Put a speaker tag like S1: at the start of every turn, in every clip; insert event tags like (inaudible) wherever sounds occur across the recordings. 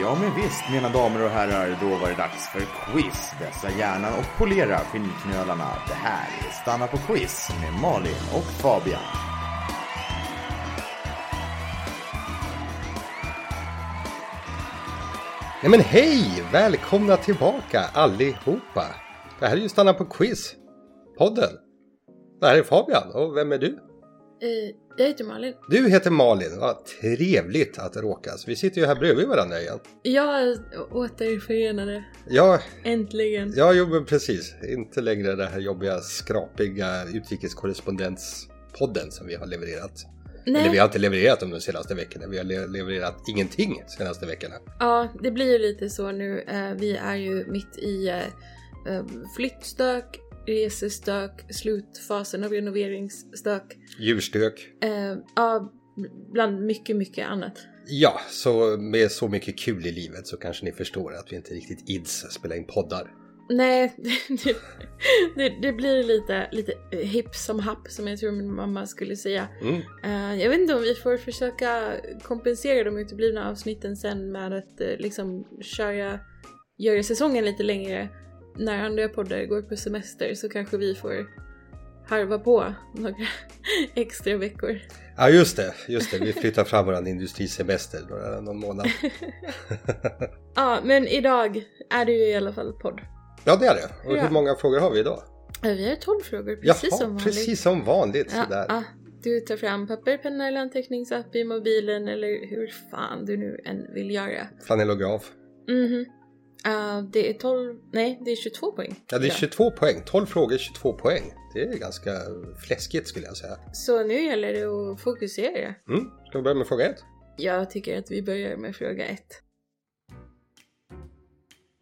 S1: Ja, men visst, mina damer och herrar, då var det dags för quiz. Vässa hjärnan och polera skinnknölarna. Det här är Stanna på quiz med Malin och Fabian.
S2: Nej men hej! Välkomna tillbaka allihopa! Det här är ju Stanna på Quiz, podden. Det här är Fabian och vem är du?
S3: Eh, jag heter Malin.
S2: Du heter Malin, vad trevligt att råkas. Vi sitter ju här bredvid varandra igen.
S3: Jag är återförenade.
S2: Ja,
S3: Äntligen.
S2: ja jo men precis. Inte längre det här jobbiga, skrapiga utrikeskorrespondenspodden som vi har levererat. Eller vi har inte levererat dem de senaste veckorna. Vi har le- levererat ingenting de senaste veckorna.
S3: Ja, det blir ju lite så nu. Eh, vi är ju mitt i eh, eh, flyttstök, resestök, slutfasen av renoveringsstök.
S2: Djurstök.
S3: Eh, ja, bland mycket, mycket annat.
S2: Ja, så med så mycket kul i livet så kanske ni förstår att vi inte riktigt ids spela in poddar.
S3: Nej, (laughs) det, det, det blir lite, lite eh, hipp som happ som jag tror min mamma skulle säga.
S2: Mm.
S3: Eh, jag vet inte om vi får försöka kompensera de uteblivna avsnitten sen med att eh, liksom köra, göra säsongen lite längre. När andra poddar går på semester så kanske vi får harva på några (laughs) extra veckor.
S2: Ja, just det, just det. Vi flyttar fram våran industrisemester några- någon månad.
S3: Ja, men idag är det ju i alla fall podd.
S2: Ja, det är det. Och
S3: Ja.
S2: hur många frågor har vi idag?
S3: Eh, Vi har 12 frågor precis som vanligt.
S2: precis som vanligt.
S3: Ja,
S2: Sådär.
S3: ja. du tar fram papper, penna eller anteckningsapp i mobilen eller hur fan du nu än vill göra.
S2: Flanellograf.
S3: Mhm. Eh, det är 12, nej det är 22 poäng.
S2: Ja, det är
S3: Ja.
S2: 22 poäng. 12 frågor, 22 poäng. Det är ganska fläskigt skulle jag säga.
S3: Så nu gäller det att fokusera.
S2: Mm. Ska vi börja med fråga ett?
S3: Jag tycker att vi börjar med fråga ett.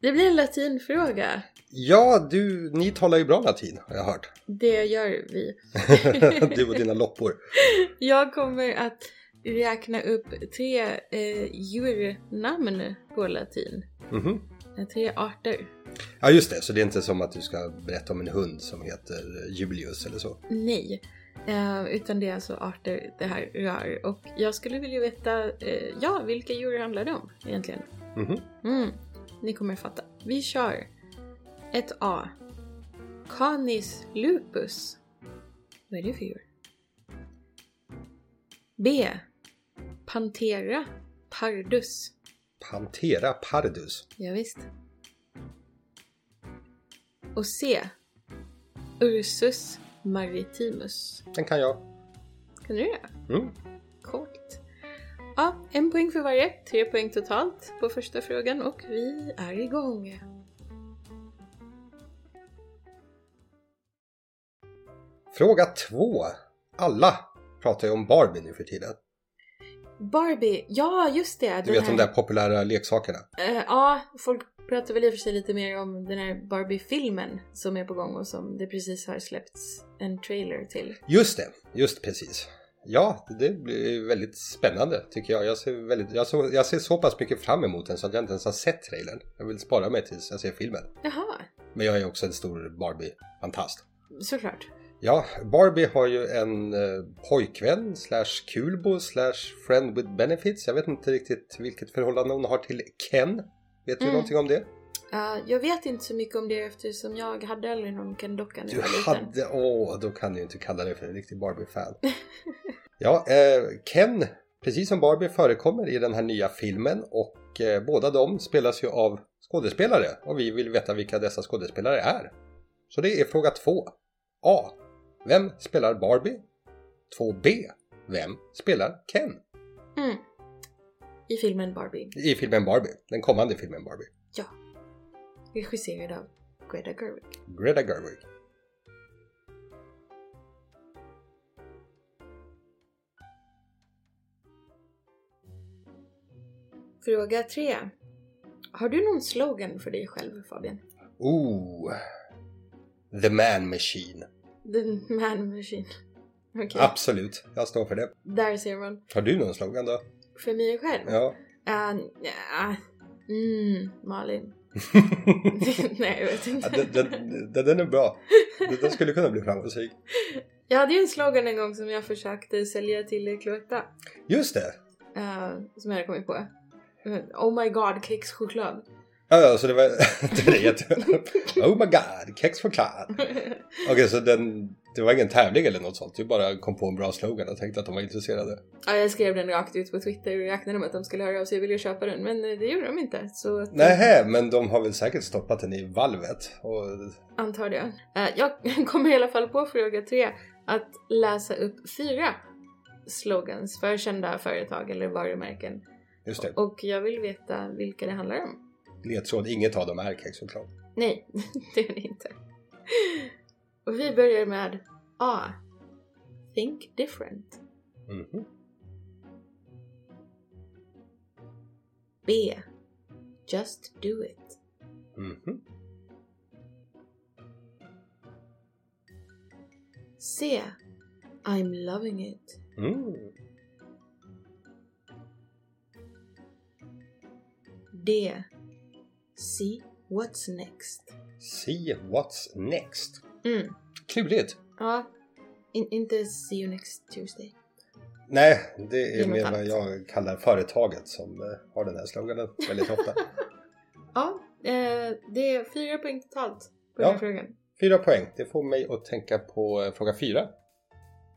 S3: Det blir en latinfråga.
S2: Ja, du, ni talar ju bra latin har jag
S3: (laughs)
S2: hört.
S3: Det gör vi.
S2: du och dina loppor.
S3: Jag kommer att räkna upp tre eh, djurnamn på latin.
S2: Mhm.
S3: Eh, Tre arter.
S2: Ja just det, så det är inte som att du ska berätta om en hund som heter Julius eller så.
S3: Nej. Eh, utan det är alltså arter det här rör. Och jag skulle vilja veta, eh, ja, vilka djur handlar det om egentligen?
S2: Mhm.
S3: Mm, ni kommer fatta. Vi kör. Ett A. Canis lupus. Vad är det för djur? B. Pantera pardus.
S2: Pantera pardus.
S3: Ja, visst. Och C. Ursus maritimus.
S2: Den kan jag.
S3: Kan du det?
S2: Mm.
S3: Coolt. Ja, en poäng för varje. Tre poäng totalt på första frågan och vi är igång.
S2: Fråga två. Alla pratar ju om Barbie nu för tiden.
S3: Barbie, ja just det!
S2: Du vet de där populära leksakerna.
S3: Eh, ja, folk pratar väl i och för sig lite mer om den här Barbie-filmen som är på gång och som det precis har släppts en trailer till.
S2: Just det, just precis. Ja, det blir väldigt spännande tycker jag. Jag ser, väldigt, jag, så, jag ser så pass mycket fram emot den så att jag inte ens har sett trailern. Jag vill spara mig tills jag ser filmen.
S3: Jaha,
S2: Men jag är också en stor Barbie-fantast.
S3: såklart.
S2: Ja, Barbie har ju en eh, pojkvän slash kulbo slash friend with benefits. Jag vet inte riktigt vilket förhållande hon har till Ken. Vet du
S3: Mm.
S2: någonting om det?
S3: Eh, jag vet inte så mycket om det eftersom jag hade aldrig någon Ken-docka när
S2: Du
S3: jag var liten.
S2: hade... Åh, då kan du ju inte kalla dig för en riktig
S3: (laughs)
S2: Barbie-fan. ja, eh, Ken, precis som Barbie, förekommer i den här nya filmen och eh, båda de spelas ju av skådespelare och vi vill veta vilka dessa skådespelare är. Så det är fråga 2. A. Vem spelar Barbie? 2B. Vem spelar Ken?
S3: Mm. I filmen Barbie,
S2: I filmen Barbie, den kommande filmen Barbie.
S3: regisserad av Greta Gerwig.
S2: Greta Gerwig.
S3: Fråga 3. Har du någon slogan för dig själv Fabian?
S2: Ooh. The Man Machine.
S3: The man machine. (laughs) Okej,
S2: Absolut, jag står för det.
S3: där ser man.
S2: Har du någon slogan då?
S3: För mig själv?
S2: Ja.
S3: Uh, mm, Malin. (laughs) Nej, jag vet
S2: Ja,
S3: inte.
S2: den, den, den, den är bra. Den- Den skulle kunna bli framgångsrik.
S3: Jag hade ju en slogan en gång som jag försökte sälja till Cloetta.
S2: Just det!
S3: eh, som jag hade kommit på. Oh my god, kexchoklad. (laughs)
S2: Ja, ja, så det var... (laughs) det är oh my god, kexchoklad. Okej, så den, det var ingen tävling eller något sånt. Du bara kom på en bra slogan och tänkte att de var intresserade.
S3: ja, jag skrev den rakt ut på Twitter och räknade med att de skulle höra av sig och vilja köpa den, men eh, det gjorde de inte. Så att, eh,
S2: Nej, men de har väl säkert stoppat den i valvet. Och,
S3: antar jag. Eh, Jag (laughs) kommer i alla fall på fråga tre, att läsa upp fyra slogans för kända företag eller varumärken.
S2: just det,
S3: Och jag vill veta vilka det handlar om.
S2: ledtråd, inget av dem är kexchoklad.
S3: Nej, (laughs) det är det inte. Och vi börjar med A. Think different.
S2: Mhm.
S3: B. Just do it.
S2: Mhm.
S3: C. I'm loving it.
S2: Mm.
S3: D. See what's next.
S2: See what's next.
S3: Mm.
S2: Klurigt.
S3: Ja, in, inte see you next Tuesday.
S2: Nej, det
S3: Det är
S2: är
S3: något
S2: mer vad
S3: annat.
S2: jag kallar företaget som eh, har den här sloganen väldigt ofta.
S3: Ja, eh, det är fyra poäng totalt på
S2: Ja.
S3: den här frågan.
S2: Fyra poäng, det får mig att tänka på eh, fråga fyra.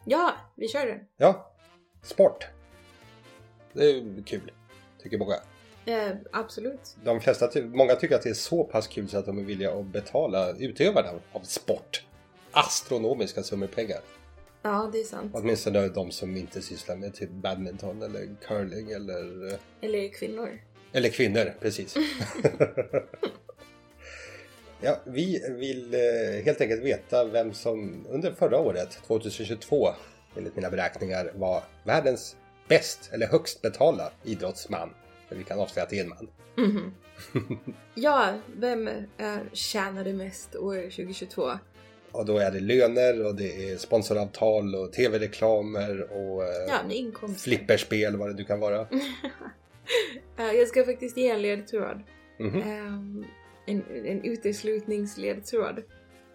S3: Ja, vi kör den.
S2: Ja, sport. Det är ju kul, tycker många.
S3: Eh, absolut.
S2: De flesta, ty- många tycker att det är så pass kul så att de är villiga att betala utövarna av sport astronomiska summor pengar.
S3: Ja, det är sant.
S2: Åtminstone de som inte sysslar med typ badminton eller curling eller eh,
S3: Eller kvinnor.
S2: Eller kvinnor, precis. ja, vi vill eh, helt enkelt veta vem som under förra året, 2022, enligt mina beräkningar var världens bäst eller högst betalda idrottsman. Men Vi kan avslöja att det är en man.
S3: Mhm. ja, vem eh, tjänade mest år 2022?
S2: Och då är det löner och det är sponsoravtal och tv-reklamer och eh,
S3: Ja, med inkomst.
S2: flipperspel vad det nu kan vara.
S3: Eh, jag ska faktiskt ge en ledtråd.
S2: Mhm.
S3: Ehm, en, en uteslutningsledtråd.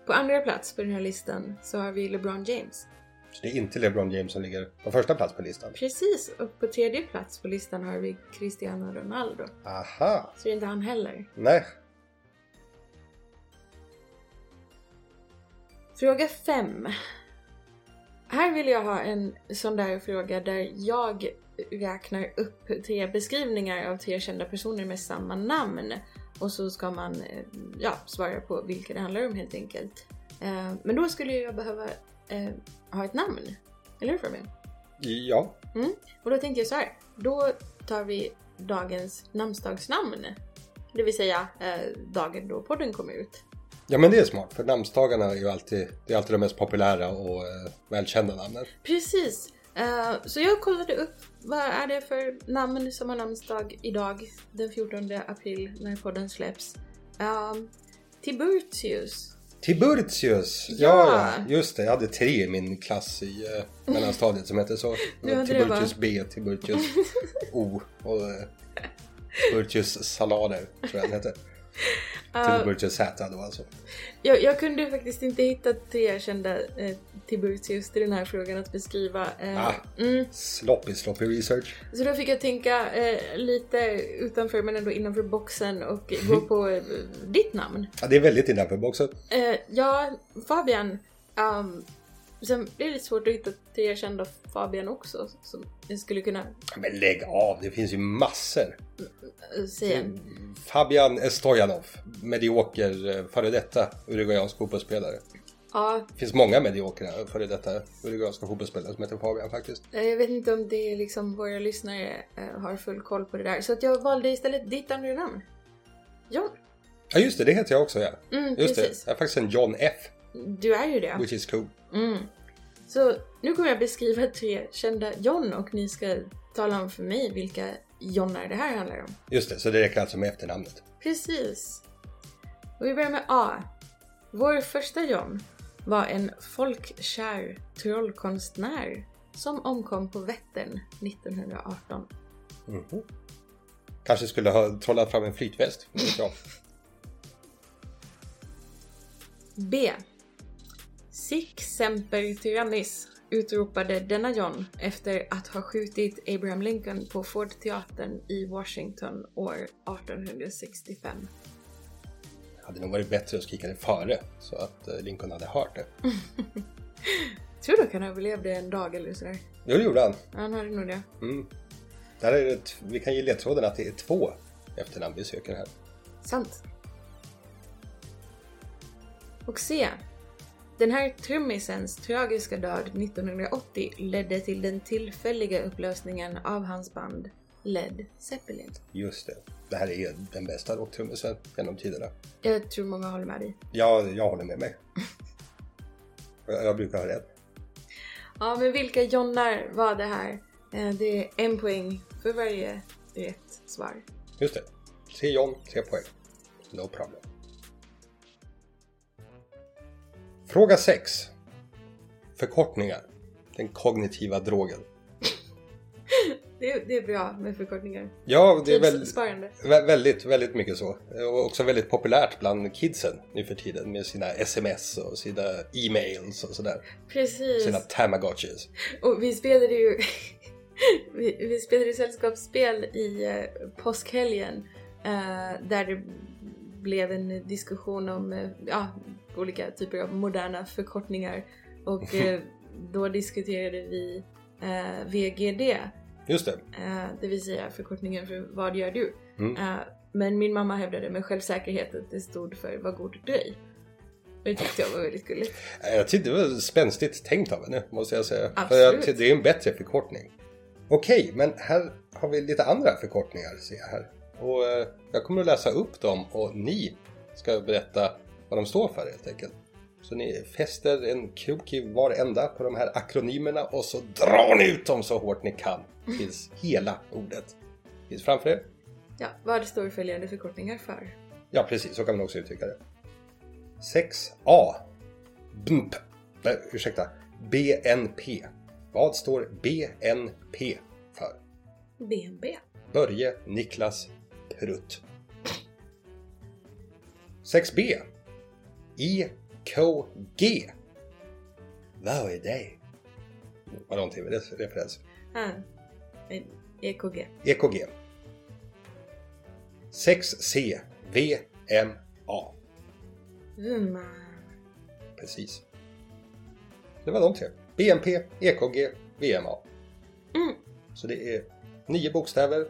S3: På andra plats på den här listan så har vi LeBron James.
S2: Så det är inte LeBron James som ligger på första plats på listan.
S3: Precis, och på tredje plats på listan har vi Cristiano Ronaldo.
S2: Aha,
S3: Så det är inte han heller.
S2: nej.
S3: Fråga 5. Här vill jag ha en sån där fråga där jag räknar upp tre beskrivningar av tre kända personer med samma namn. Och så ska man eh, ja, svara på vilka det handlar om helt enkelt. Eh, Men då skulle jag behöva eh, ha ett namn. Eller hur Fabian?
S2: Ja,
S3: Och då tänkte jag så här. Då tar vi dagens namnsdagsnamn. Det vill säga eh, dagen då podden kommer ut.
S2: Ja men det är smart för namnsdagarna är ju alltid, det är alltid de mest populära och eh, välkända namnen.
S3: Precis. Eh, så jag kollade upp vad är det för namn som har namnsdag idag den 14 april när podden släpps. Um, Tiburtius.
S2: Tiburtius! Ja.
S3: Ja.
S2: ja, just det. Jag hade tre i min klass i eh, mellanstadiet som hette så.
S3: (laughs) Du hade det,
S2: Tiburtius B, Tiburtius O och eh, Tiburtius Salader tror jag den hette.
S3: Eh,
S2: Tiburtius Z då alltså.
S3: jag, jag kunde faktiskt inte hitta tre kända eh, Tiburtius till den här frågan att beskriva. eh,
S2: Ah.
S3: mm,
S2: Sloppy, sloppy research.
S3: Så då fick jag tänka eh, lite utanför men ändå innanför boxen och gå på eh, ditt namn.
S2: Ja, det är väldigt innanför boxen.
S3: Eh, ja, Fabian. Um, sen blir det lite svårt att hitta tre kända Fabian också som jag skulle kunna
S2: Men lägg av, det finns ju massor.
S3: eh, säga.
S2: Fabian Estojanov, medioker eh, före detta uruguayansk fotbollsspelare.
S3: Ja,
S2: Det finns många mediokra före detta uruguayska fotbollsspelare som heter Fabian faktiskt.
S3: eh, jag vet inte om det är liksom våra lyssnare eh, har full koll på det där. Så att jag valde istället ditt andra namn. John.
S2: Ja just det, det heter jag också ja.
S3: Mm,
S2: Just
S3: precis.
S2: det, jag är faktiskt en John F.
S3: Du är ju det.
S2: Which is cool.
S3: Mm. Så nu kommer jag beskriva tre kända John och ni ska tala om för mig vilka Jonnar det här handlar om.
S2: Just det, så det räcker alltså med efternamnet.
S3: Precis. Och vi börjar med A. Vår första John var en folkkär trollkonstnär som omkom på Vättern 1918.
S2: Mhm. Kanske skulle ha trollat fram en flytväst. vad vet jag.
S3: B. Sic semper tyrannis utropade denna John efter att ha skjutit Abraham Lincoln på Ford-teatern i Washington år 1865.
S2: Det hade nog varit bättre att skrika det före så att eh, Lincoln hade hört det.
S3: Tror dock han överlevde en dag eller sådär.
S2: Jo, det gjorde han.
S3: Ja, Han hade nog det.
S2: Mm. Där är det, t- vi kan ge ledtråden att det är två efternamn vi söker här.
S3: Sant. Och se! Den här trummisens tragiska död 1980 ledde till den tillfälliga upplösningen av hans band Led Zeppelin.
S2: Just det. Det här är den bästa rocktrummisen genom tiderna.
S3: Jag tror många håller med dig.
S2: Ja, jag håller med mig. Jag, jag brukar ha rätt.
S3: Ja, men vilka Jonnar var det här? Eh, Det är en poäng för varje rätt svar.
S2: Just det. Tre John, tre poäng. No problem. Fråga 6. Förkortningar. Den kognitiva drogen.
S3: Det är, det är bra med förkortningar.
S2: Ja, det är väl...
S3: Tidssparande.
S2: Vä- Väldigt, väldigt mycket så. Och också väldigt populärt bland kidsen nu för tiden med sina sms och sina e-mails och sådär.
S3: Precis.
S2: Sina tamagotchis.
S3: Och vi spelade ju (laughs) vi, vi spelade ju sällskapsspel i eh, påskhelgen eh, där det blev en diskussion om eh, ja, olika typer av moderna förkortningar och eh, då diskuterade vi eh, VGD,
S2: Just det.
S3: eh, det vill säga förkortningen för Vad gör du?
S2: Mm.
S3: Eh, men min mamma hävdade med självsäkerhet att det stod för Vad god dröj. Det tyckte jag var väldigt gulligt.
S2: Eh, Jag tyckte det var spänstigt tänkt av henne, måste jag säga. För
S3: Absolut.
S2: jag tyckte det är en bättre förkortning. Okej, men här har vi lite andra förkortningar, ser jag här. Och eh, jag kommer att läsa upp dem och ni ska berätta vad de står för helt enkelt. Så ni fäster en krok i varenda på de här akronymerna och så drar ni ut dem så hårt ni kan. Tills hela ordet finns framför er.
S3: Ja, vad står följande förkortningar för?
S2: Ja, precis. Så kan man också uttrycka det. 6A. BNP. Nej, ursäkta. BNP. Vad står BNP för?
S3: BNB.
S2: Börje Niklas Prutt. 6B. IKG. Vad är det? Var någon tv-referens? E
S3: Ah, en EKG.
S2: EKG. 6C. VMA.
S3: Vumma.
S2: Precis. Det var de tre. BNP, EKG, VMA.
S3: Mm.
S2: Så det är nio bokstäver,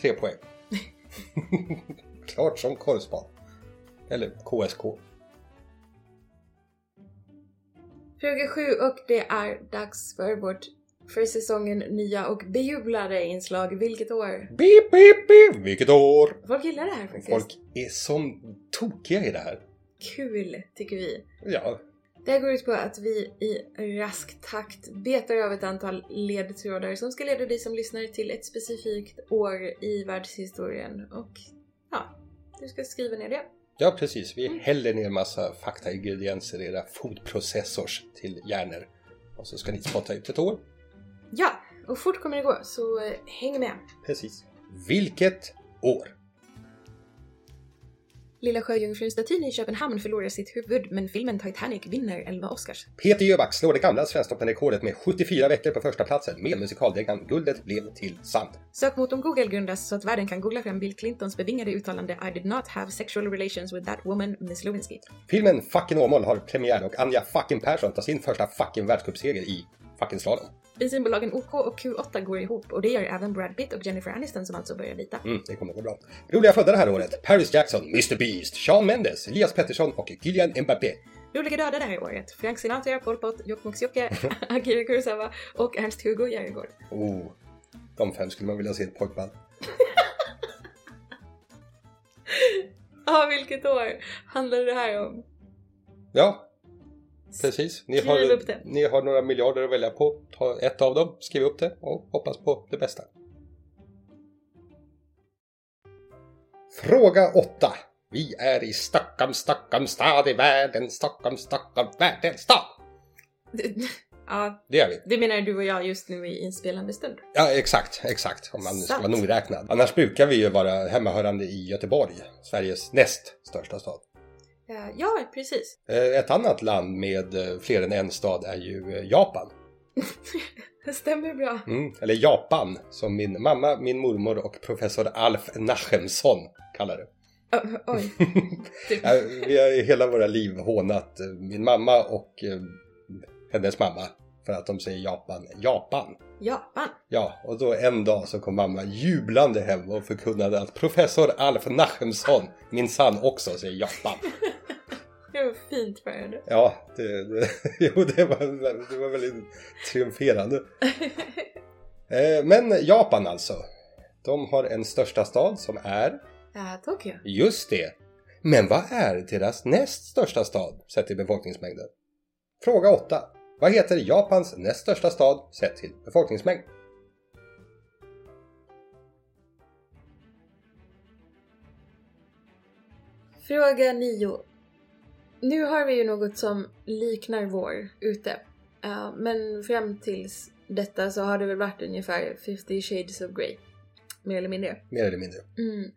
S2: tre poäng. Klart som korvspad. Eller KSK.
S3: Fråga 7 och det är dags för vårt för säsongen nya och bejublade inslag. Vilket år?
S2: Beep, beep, beep. Vilket år!
S3: Folk gillar det här faktiskt.
S2: Folk är som tokiga i det här.
S3: Kul, tycker vi.
S2: Ja,
S3: Det här går ut på att vi i rask takt betar av ett antal ledtrådar som ska leda dig som lyssnar till ett specifikt år i världshistorien. Och ja, du ska skriva ner det.
S2: ja precis. Vi häller ner massa faktaingredienser i era foodprocessors till hjärnor. Och så ska ni spotta ut ett år.
S3: Ja, och fort kommer det gå, så eh, häng med.
S2: Precis. Vilket år?
S3: Lilla Sjöjungfrun-statyn i Köpenhamn förlorar sitt huvud men filmen Titanic vinner 11 Oscars.
S2: Peter Jöback slår det gamla Svensktoppen-rekordet med 74 veckor på första platsen med musikaldängan Guldet blev till sand.
S3: Sökmotorn Google grundas så att världen kan googla fram Bill Clintons bevingade uttalande I did not have sexual relations with that woman, Miss Lewinsky.
S2: Filmen Fucking Åmål har premiär och Anja fucking Persson tar sin första fucking världscupseger i fucking slalom.
S3: Bensinbolagen OK och Q8 går ihop och det gör även Brad Pitt och Jennifer Aniston som alltså börjar bita.
S2: Mm, det kommer gå bra. Roliga födda det här året. Paris Jackson, Mr Beast, Sean Mendes, Elias Pettersson och Kylian Mbappé.
S3: Roliga döda det här året. Frank Sinatra, Pol Pot, Jokkmokks Jokke, Akira Kurosawa och Ernst-Hugo Järegård.
S2: Oh, de fem skulle man vilja se i ett pojkband.
S3: Ja, vilket år handlar det här om? (laughs)
S2: Ja, precis. Ni
S3: Skriv
S2: har,
S3: upp det.
S2: ni har några miljarder att välja på. Ta ett av dem, skriv upp det och hoppas på det bästa. Fråga 8. Vi är i Stockholm, Stockholm stad i världen, Stockholm, Stockholm, världens stad.
S3: Ja,
S2: Det är vi.
S3: det menar du och jag just nu i inspelande stund.
S2: Ja, exakt, exakt. Om man nu ska
S3: Sant.
S2: vara nogräknad. Annars brukar vi ju vara hemmahörande i Göteborg, Sveriges näst största stad.
S3: Ja, Ja, precis.
S2: Eh, Ett annat land med eh, fler än en stad är ju eh, Japan.
S3: Det stämmer bra.
S2: Mm. Eller Japan, som min mamma, min mormor och professor Alf Nachemson kallar det.
S3: Ö- oj. Du.
S2: Ja, Vi har i hela våra liv hånat eh, min mamma och eh, hennes mamma för att de säger Japan. Japan!
S3: Japan.
S2: Ja, och då en dag så kom mamma jublande hem och förkunnade att professor Alf Nachemson minsann också säger Japan.
S3: Det var fint för henne.
S2: Ja, det, det, (laughs) jo, det, var, det var väldigt triumferande. Eh, Men Japan alltså. De har en största stad som är
S3: (laughs) Ja, Tokyo.
S2: just det. Men vad är deras näst största stad sett till befolkningsmängden? Fråga 8. Vad heter Japans näst största stad sett till befolkningsmängd?
S3: Fråga 9. Nu har vi ju något som liknar vår ute. Eh, men fram tills detta så har det väl varit ungefär 50 shades of grey. Mer eller mindre.
S2: Mer eller mindre.
S3: Mm.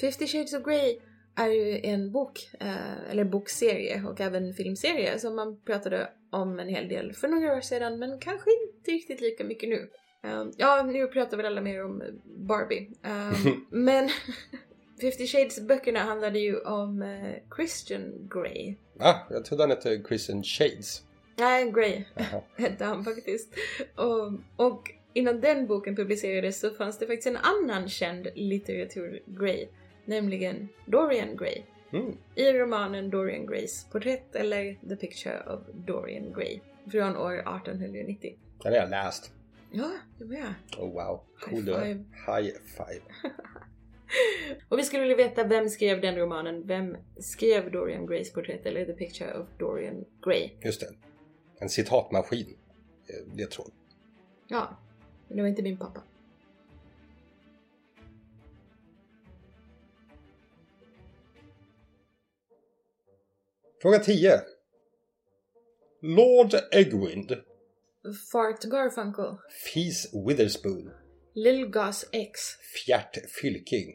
S3: 50 Shades of Grey är ju en bok, eh, eller bokserie och även filmserie som man pratade om en hel del för några år sedan men kanske inte riktigt lika mycket nu. Eh, ja, nu pratar väl alla mer om Barbie. Eh, men (laughs) 50 Shades böckerna handlade ju om eh, Christian Grey.
S2: Va? Jag trodde han hette Christian Shades.
S3: Nej, Grey
S2: Jaha.
S3: (laughs) hette han faktiskt. Och, och innan den boken publicerades så fanns det faktiskt en annan känd litteratur-Grey, nämligen Dorian Gray.
S2: Mm.
S3: I romanen Dorian Grays porträtt eller The Picture of Dorian Gray från år 1890.
S2: Den har jag läst.
S3: Ja, det var jag.
S2: Oh wow. Cool
S3: High
S2: du är.
S3: five.
S2: High five.
S3: Och vi skulle vilja veta vem skrev den romanen? Vem skrev Dorian Grays porträtt eller The Picture of Dorian Gray?
S2: Just det. En citatmaskin. Eh, Det tror jag.
S3: Ja, men det var inte min pappa.
S2: Fråga 10. Lord Egwind,
S3: Fart Garfunkel.
S2: Fis Witherspoon,
S3: Lil Gas X. (laughs)
S2: Fjärt Fylking.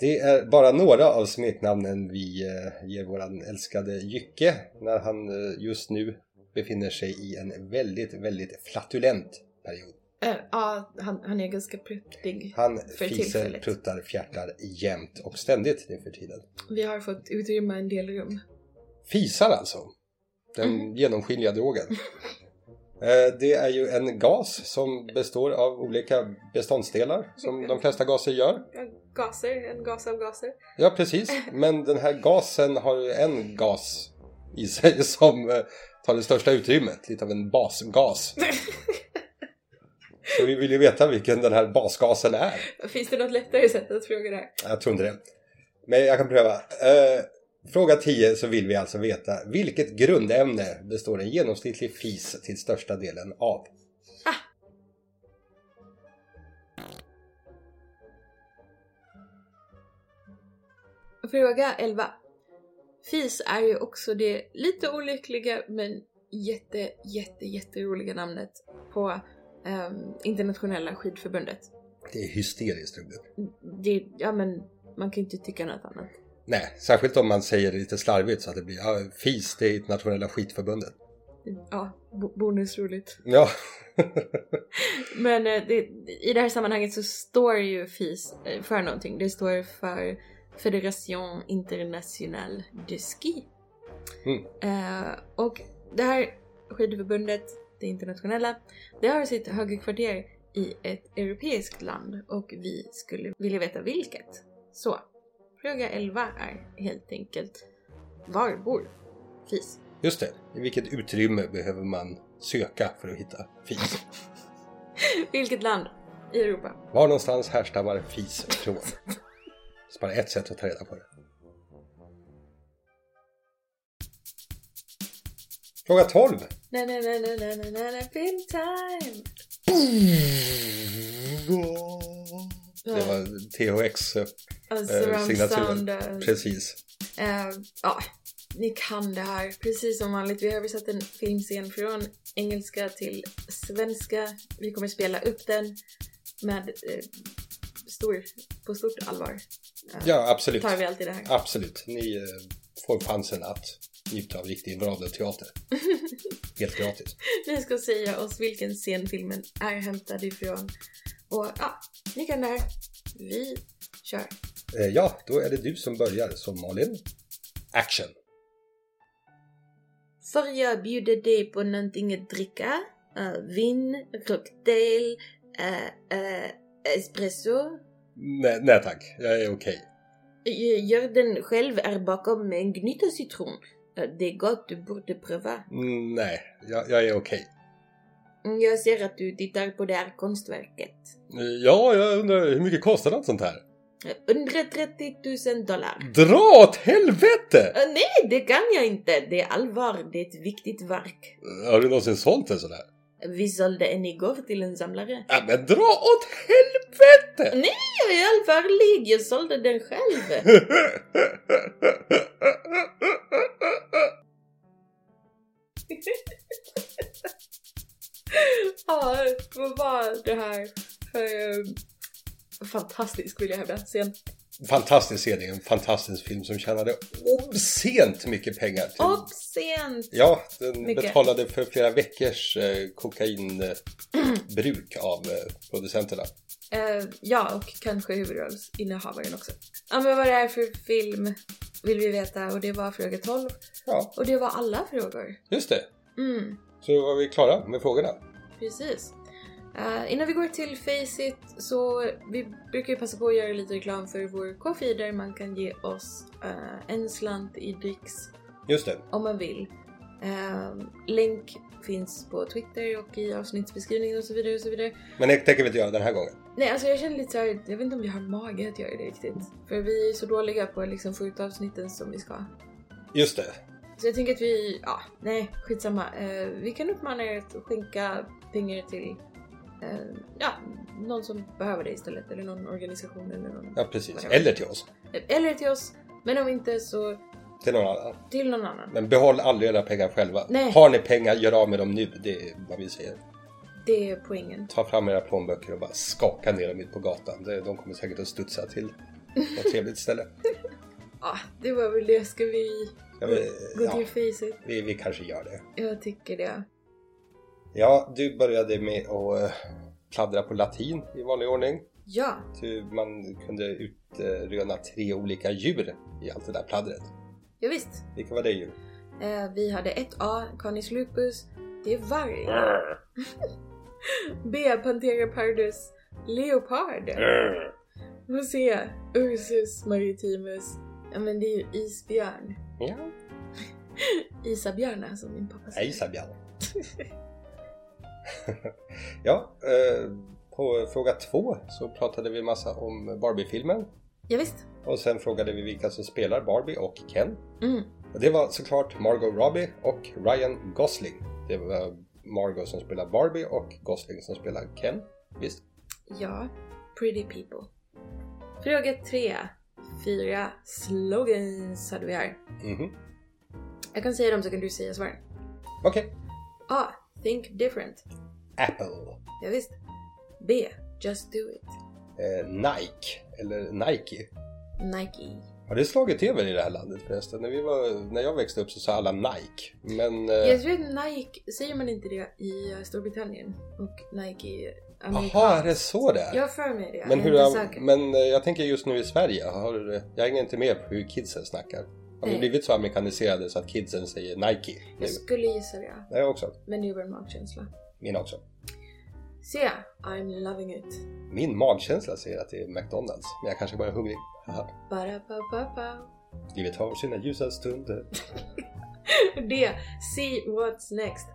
S2: Det är bara några av smeknamnen vi eh, ger våran älskade Jycke när han eh, just nu befinner sig i en väldigt, väldigt flatulent period.
S3: Eh, Ja, han, han är ganska pruttig.
S2: Han
S3: För
S2: fiser,
S3: tillfället.
S2: pruttar, fjärtar jämt och ständigt nu för tiden.
S3: Vi har fått utrymma en del rum.
S2: Fisar alltså. Den
S3: Mhm.
S2: genomskinliga drogen. Eh, Det är ju en gas som består av olika beståndsdelar som de flesta gaser gör.
S3: Ja, Gaser, en gas av gaser.
S2: Ja, precis. Men den här gasen har ju en gas i sig (laughs) som eh, tar det största utrymmet. Lite av en basgas. Så vi vill ju veta vilken den här basgasen är.
S3: Finns det något lättare sätt att fråga det här?
S2: Jag tror inte det. Men jag kan pröva. Eh, fråga 10 så vill vi alltså veta vilket grundämne består en genomsnittlig fis till största delen av?
S3: Fråga 11. Fis är ju också det lite olyckliga men jätte, jätte, jätteroliga namnet på ehm, internationella skidförbundet.
S2: Det är hysteriskt roligt.
S3: Det, ja men, man kan ju inte tycka något annat.
S2: Nej, särskilt om man säger det lite slarvigt så att det blir ja, FIS, det är internationella skitförbundet.
S3: Ja, bo- bonusroligt.
S2: Ja,
S3: Men eh, det, i det här sammanhanget så står ju FIS eh, för någonting. Det står för Fédération Internationale de Ski.
S2: Mm.
S3: Eh, och det här skidförbundet, det internationella, det har sitt högkvarter i ett europeiskt land och vi skulle vilja veta vilket. Så, fråga 11 är helt enkelt Var bor FIS?
S2: just det. I vilket utrymme behöver man söka för att hitta FIS?
S3: vilket land i Europa?
S2: Var någonstans härstammar FIS från? Så bara ett sätt att ta reda på det. Fråga 12.
S3: Na, na, na, na, na, na, na, na, film time!
S2: Det var THX, eh,
S3: Och
S2: Eh,
S3: Alltså, surround
S2: signaturen.
S3: sound. eh,
S2: precis.
S3: eh, ja, ni kan det här. Precis som vanligt. Vi har översatt en filmscen från engelska till svenska. Vi kommer spela upp den med eh, stor, på stort allvar. Eh,
S2: Ja, absolut.
S3: Tar vi alltid det här.
S2: Absolut. Ni eh, får chansen att givet av riktig radioteater. Helt gratis.
S3: Ni ska säga oss vilken scen filmen är hämtad ifrån. Och ja, ni kan det här. Vi kör.
S2: Eh, ja, då är det du som börjar som Malin. Action!
S3: Sorja bjuder dig på någonting att dricka. Eh, vin, cocktail, eh, eh, espresso.
S2: Nej, nej tack, jag är okej.
S3: Eh, Gör den själv är bakom med en gnutta citron. Eh, Det är gott, du borde pröva.
S2: Mm, nej, jag, jag är okej.
S3: Mm, Jag ser att du tittar på det här konstverket.
S2: Eh, Ja, jag undrar hur mycket kostar något sånt här?
S3: Eh, 130 000 dollar.
S2: Dra åt helvete!
S3: Eh, Nej, det kan jag inte. Det är allvar. Det är ett viktigt verk.
S2: Eh, Har du någonsin sålt en sån här?
S3: Vi sålde en igår till en samlare.
S2: Ja, men dra åt helvete! (laughs)
S3: Jag är allvarlig, jag sålde den själv. ja, vad var det här för... eh, Fantastisk vill jag hävda. Sen.
S2: fantastisk serie, en fantastisk film som tjänade obscent mycket pengar. Till.
S3: Obscent!
S2: Ja, den
S3: Mycket.
S2: betalade för flera veckors eh, kokainbruk av eh, producenterna.
S3: Eh, ja, och kanske huvudrollsinnehavaren också. Ja, men vad det är för film vill vi veta och det var fråga 12.
S2: Ja,
S3: Och det var alla frågor.
S2: just det.
S3: Mm.
S2: Så var vi klara med frågorna.
S3: Precis. Eh, innan vi går till Faceit så vi brukar ju passa på att göra lite reklam för vår kofi där man kan ge oss eh, en slant i dricks
S2: Just det.
S3: om man vill. Eh, länk finns på Twitter och i avsnittsbeskrivningen och så vidare och så vidare.
S2: Men det tänker vi inte göra den här gången.
S3: Nej, alltså jag känner lite såhär, jag vet inte om vi har mage att göra det riktigt. För vi är så dåliga på att liksom få ut avsnitten som vi ska.
S2: Just det.
S3: Så jag tänker att vi, ja, nej, skitsamma. Eh, vi kan uppmana er att skänka pengar till eh, ja, någon som behöver det istället, eller någon organisation eller någon.
S2: Ja, precis. Eller till oss.
S3: Eller till oss, men om inte så
S2: Till någon annan.
S3: till någon annan.
S2: Men behåll aldrig era pengar själva.
S3: Nej.
S2: Har ni pengar, gör av med dem nu. Det är vad vi säger.
S3: Det är poängen.
S2: Ta fram era plånböcker och bara skaka ner dem ut på gatan. Det- De kommer säkert att studsa till något
S3: (laughs)
S2: trevligt ställe.
S3: Ja, det var väl det. Ska vi
S2: Ja, men,
S3: gå
S2: ja,
S3: till facit?
S2: vi, vi kanske gör det.
S3: Jag tycker det.
S2: Ja, du började med att eh, kladdra på latin i vanlig ordning.
S3: Ja,
S2: Du, man kunde utröna tre olika djur i allt det där pladdret.
S3: ja visst.
S2: Vilka var det djur?
S3: Eh, vi hade 1A, Canis lupus. Det är varg. (laughs) B, Panthera pardus. Leopard. Får se. Ursus maritimus. Ja men det är ju isbjörn.
S2: Ja,
S3: (laughs) Isabjörna som min pappa säger.
S2: nej Sabian. (laughs) ja, eh, på fråga två så pratade vi massa om Barbie-filmen.
S3: Ja, visst.
S2: Och sen frågade vi vilka som spelar Barbie och Ken.
S3: Mm.
S2: Och det var såklart Margot Robbie och Ryan Gosling. Det var Margot som spelar Barbie och Gosling som spelar Ken. Visst?
S3: Ja. Pretty people. Fråga tre. Fyra slogans hade vi här.
S2: Mhm.
S3: Jag kan säga dem så kan du säga svaren.
S2: Okej.
S3: A. Think different.
S2: Apple.
S3: Ja, visst. B. Just do it.
S2: Eh, Nike. Eller Nike.
S3: Nike.
S2: Har det slagit över i det här landet förresten? När, vi var, när jag växte upp så sa alla Nike. Men... eh,
S3: Jag tror att Nike, säger man inte det i eh, Storbritannien? Och Nike i Amerika?
S2: Jaha, är det så det är?
S3: Jag har för mig det.
S2: men,
S3: jag
S2: hur,
S3: är inte
S2: har-
S3: säker.
S2: men eh, jag tänker just nu i Sverige. Har, jag hänger inte med på hur kidsen snackar. Har vi
S3: Nej.
S2: blivit så amerikaniserade så att kidsen säger Nike? Nu?
S3: Jag skulle gissa det.
S2: Nej, jag också.
S3: Men det var en magkänsla.
S2: Min också.
S3: Se, I'm loving it.
S2: Min magkänsla säger att det är McDonalds, men jag kanske bara är hungrig. Haha.
S3: Bara pa pa (laughs) pa.
S2: Livet har sina ljusa stunder.
S3: Det, see what's next.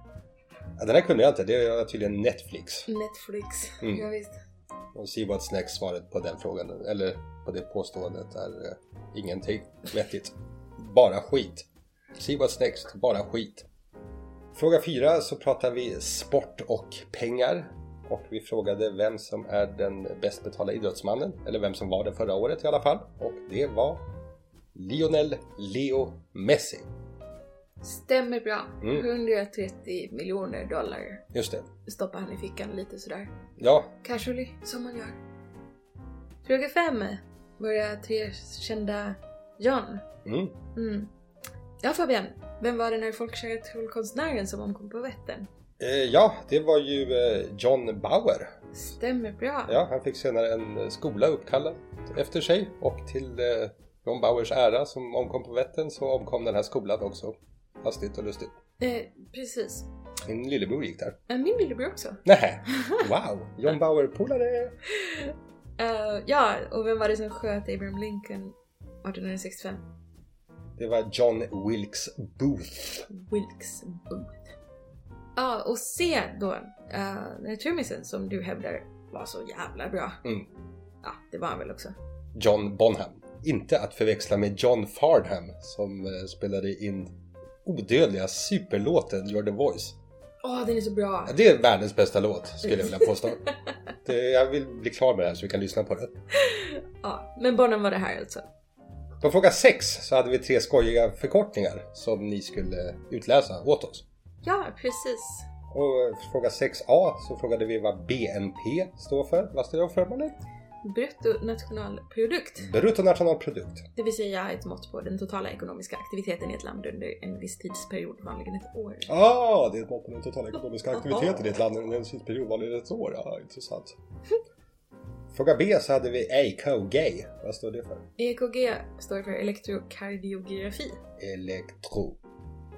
S2: Ja, den här kunde jag inte, det är tydligen Netflix.
S3: Netflix.
S2: Mm.
S3: Ja, visst.
S2: Och see what's next svaret på den frågan, eller på det påståendet, är eh, ingenting vettigt. Bara skit. See what's next, bara skit. Fråga fyra så pratar vi sport och pengar. Och vi frågade vem som är den bäst betalda idrottsmannen, eller vem som var det förra året i alla fall. Och det var Lionel Leo Messi.
S3: Stämmer bra.
S2: Mm.
S3: 130 miljoner dollar
S2: Just det.
S3: stoppar han i fickan lite sådär.
S2: Ja,
S3: Casually, som man gör. Fråga 5. Våra tre kända John.
S2: mm.
S3: Mm. Ja Fabian, vem var den här folkkärlekskonstnären som omkom på Vättern?
S2: Eh, ja, det var ju eh, John Bauer.
S3: Stämmer bra.
S2: Ja, han fick senare en eh, skola uppkallad efter sig och till eh, John Bauers ära som omkom på Vättern så omkom den här skolan också. Hastigt och lustigt.
S3: Eh, precis.
S2: Min lillebror gick där.
S3: Eh, Min lillebror också.
S2: Nej, wow! John Bauer-polare!
S3: Eh, ja, och vem var det som sköt Abraham Lincoln 1865?
S2: Det var John Wilkes Booth.
S3: Wilkes Booth. Ja, och se då eh, den här trummisen som du hävdar var så jävla bra.
S2: Mm.
S3: Ja, det var han väl också.
S2: John Bonham. Inte att förväxla med John Farnham som eh, spelade in odödliga superlåten You're the voice.
S3: Åh, den är så bra!
S2: Ja, Det är världens bästa låt skulle jag vilja påstå. Det, jag vill bli klar med det här så vi kan lyssna på det.
S3: Ja, men Bonham var det här alltså.
S2: På fråga 6 så hade vi tre skojiga förkortningar som ni skulle utläsa åt oss.
S3: Ja, precis.
S2: Och eh, fråga 6A så frågade vi vad BNP står för. Vad står det för Malin?
S3: Bruttonationalprodukt,
S2: Bruttonationalprodukt.
S3: det vill säga ett mått på den totala ekonomiska aktiviteten i ett land under en viss tidsperiod, vanligen ett år.
S2: Ah, det är ett mått på den totala ekonomiska aktiviteten i ett land under en tidsperiod vanligen ett år. Ja, intressant. (laughs) Fråga B så hade vi AKG. Vad står det för?
S3: EKG E står för elektrokardiografi.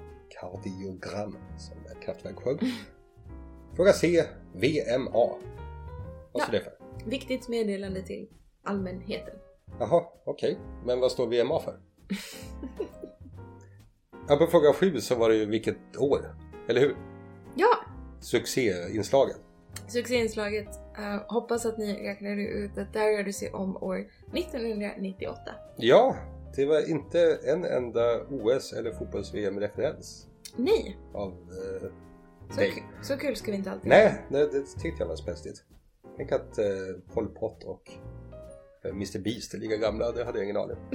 S2: Elektrokardiogram, som ett kraftverk (laughs) sjöng. Fråga C, VMA. Vad står det för?
S3: Viktigt meddelande till allmänheten.
S2: Jaha, okej. Men vad står VMA för? (laughs) ja, på fråga 7 så var det ju vilket år, eller hur?
S3: Ja!
S2: Succéinslagen.
S3: Succéinslaget. Eh, hoppas att ni räknade ut att där rör det sig om år 1998.
S2: Ja, det var inte en enda OS eller fotbolls-VM-referens
S3: Nej!
S2: av... Eh,
S3: Så,
S2: Nej.
S3: ku- så kul ska vi inte alltid
S2: nej, nej, det tyckte jag var spänstigt. Tänk att eh, Pol Pot och eh, Mr Beast är lika gamla, det hade jag ingen aning (laughs) om.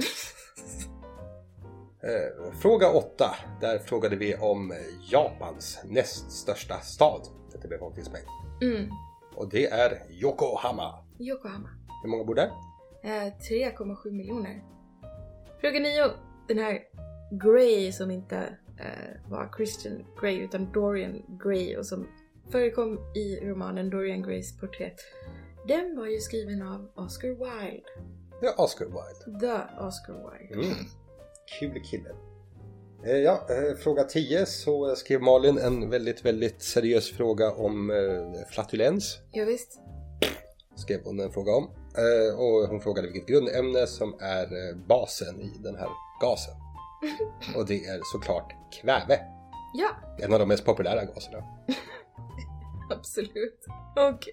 S2: Eh, fråga 8, där frågade vi om eh, Japans näst största stad, efter befolkningsmängd.
S3: Mm.
S2: Och det är Yokohama.
S3: Yokohama.
S2: Hur många bor där?
S3: Eh, 3,7 miljoner. Fråga 9. Den här Grey som inte eh, var Christian Grey utan Dorian Gray och som förekom i romanen Dorian Grays porträtt. Den var ju skriven av Oscar Wilde.
S2: Det är Oscar Wilde.
S3: The Oscar Wilde.
S2: Mm. Kul kille. Eh, ja, eh, fråga 10 så skrev Malin en väldigt, väldigt seriös fråga om eh, flatulens.
S3: Ja, visst.
S2: Skrev hon en fråga om. Eh, och hon frågade vilket grundämne som är eh, basen i den här
S3: (laughs)
S2: gasen. Och det är såklart kväve.
S3: Ja,
S2: En av de mest populära gaserna.
S3: absolut. Och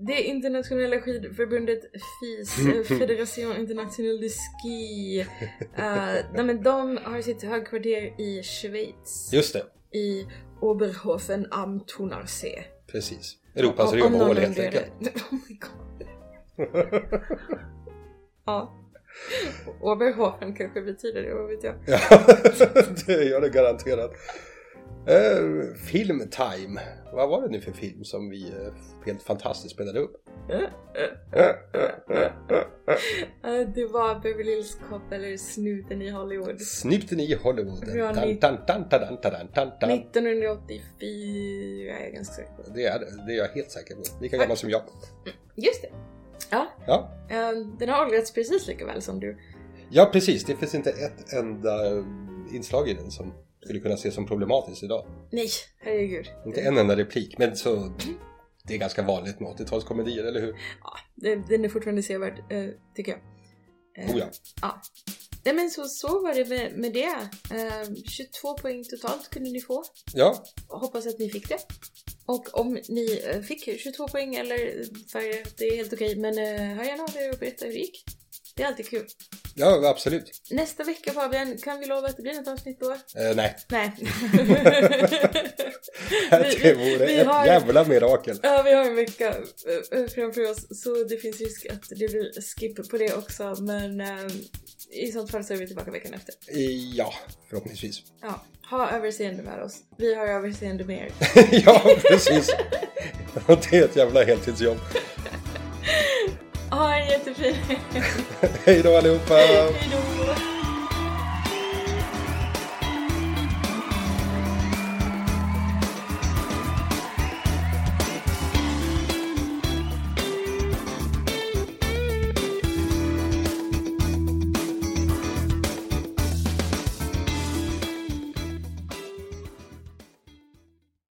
S3: det internationella skidförbundet FIS, eh, Federation Internationale de Ski. Eh, nej, men de har sitt högkvarter i Schweiz.
S2: Just det,
S3: i Oberhofen am Thunersee.
S2: precis. Europas
S3: Om- om någon
S2: rövhål helt
S3: undrar
S2: enkelt.
S3: det. (laughs) Oh my god. ja. Oberhofen kanske betyder det, vad vet jag.
S2: Ja, (laughs) det gör det garanterat. Eh, Filmtime. Vad var det nu för film som vi eh, helt fantastiskt spelade upp?
S3: Eh, Det var Beverly Hills Cop eller Snuten i Hollywood.
S2: Snuten i Hollywood.
S3: Ja, ni-
S2: Tan, tan, tan, tan, tan, tan, tan, tan.
S3: 1984 är jag ganska säker på.
S2: Det är, det är jag helt säker på. Lika gammal som jag.
S3: Just det! Ja,
S2: Ja.
S3: eh, den har åldrats precis lika väl som du.
S2: ja, precis. Det finns inte ett enda eh, inslag i den som skulle kunna ses som problematiskt idag.
S3: Nej, herregud.
S2: Inte en enda replik, men så... Det är ganska vanligt med 80-talskomedier, eller hur?
S3: Den Eh, den är fortfarande sevärd, eh, tycker jag. Eh,
S2: Oh ja.
S3: Nej men så, så var det med, med det. Eh, 22 poäng totalt kunde ni få.
S2: Ja,
S3: Hoppas att ni fick det. Och om ni eh, fick 22 poäng eller färre, det är helt okej. Men eh, hör gärna av er och berätta hur det gick. Det är alltid kul.
S2: ja absolut.
S3: Nästa vecka Fabian, kan vi lova att det blir något avsnitt då?
S2: Eh, nej, (laughs)
S3: Nej.
S2: det vore
S3: vi
S2: ett
S3: har-
S2: jävla mirakel.
S3: ja, vi har en vecka eh, framför oss så det finns risk att det blir skip på det också. Men eh, i sånt fall så är vi tillbaka veckan efter.
S2: Eh, Ja, förhoppningsvis. (laughs)
S3: Ja, ha överseende med oss. Vi har överseende med er.
S2: ja,
S3: (laughs)
S2: precis. (laughs) Och det är ett jävla heltidsjobb.
S3: Ha en jättefin
S2: Hej då allihopa!
S3: (laughs) Hej då!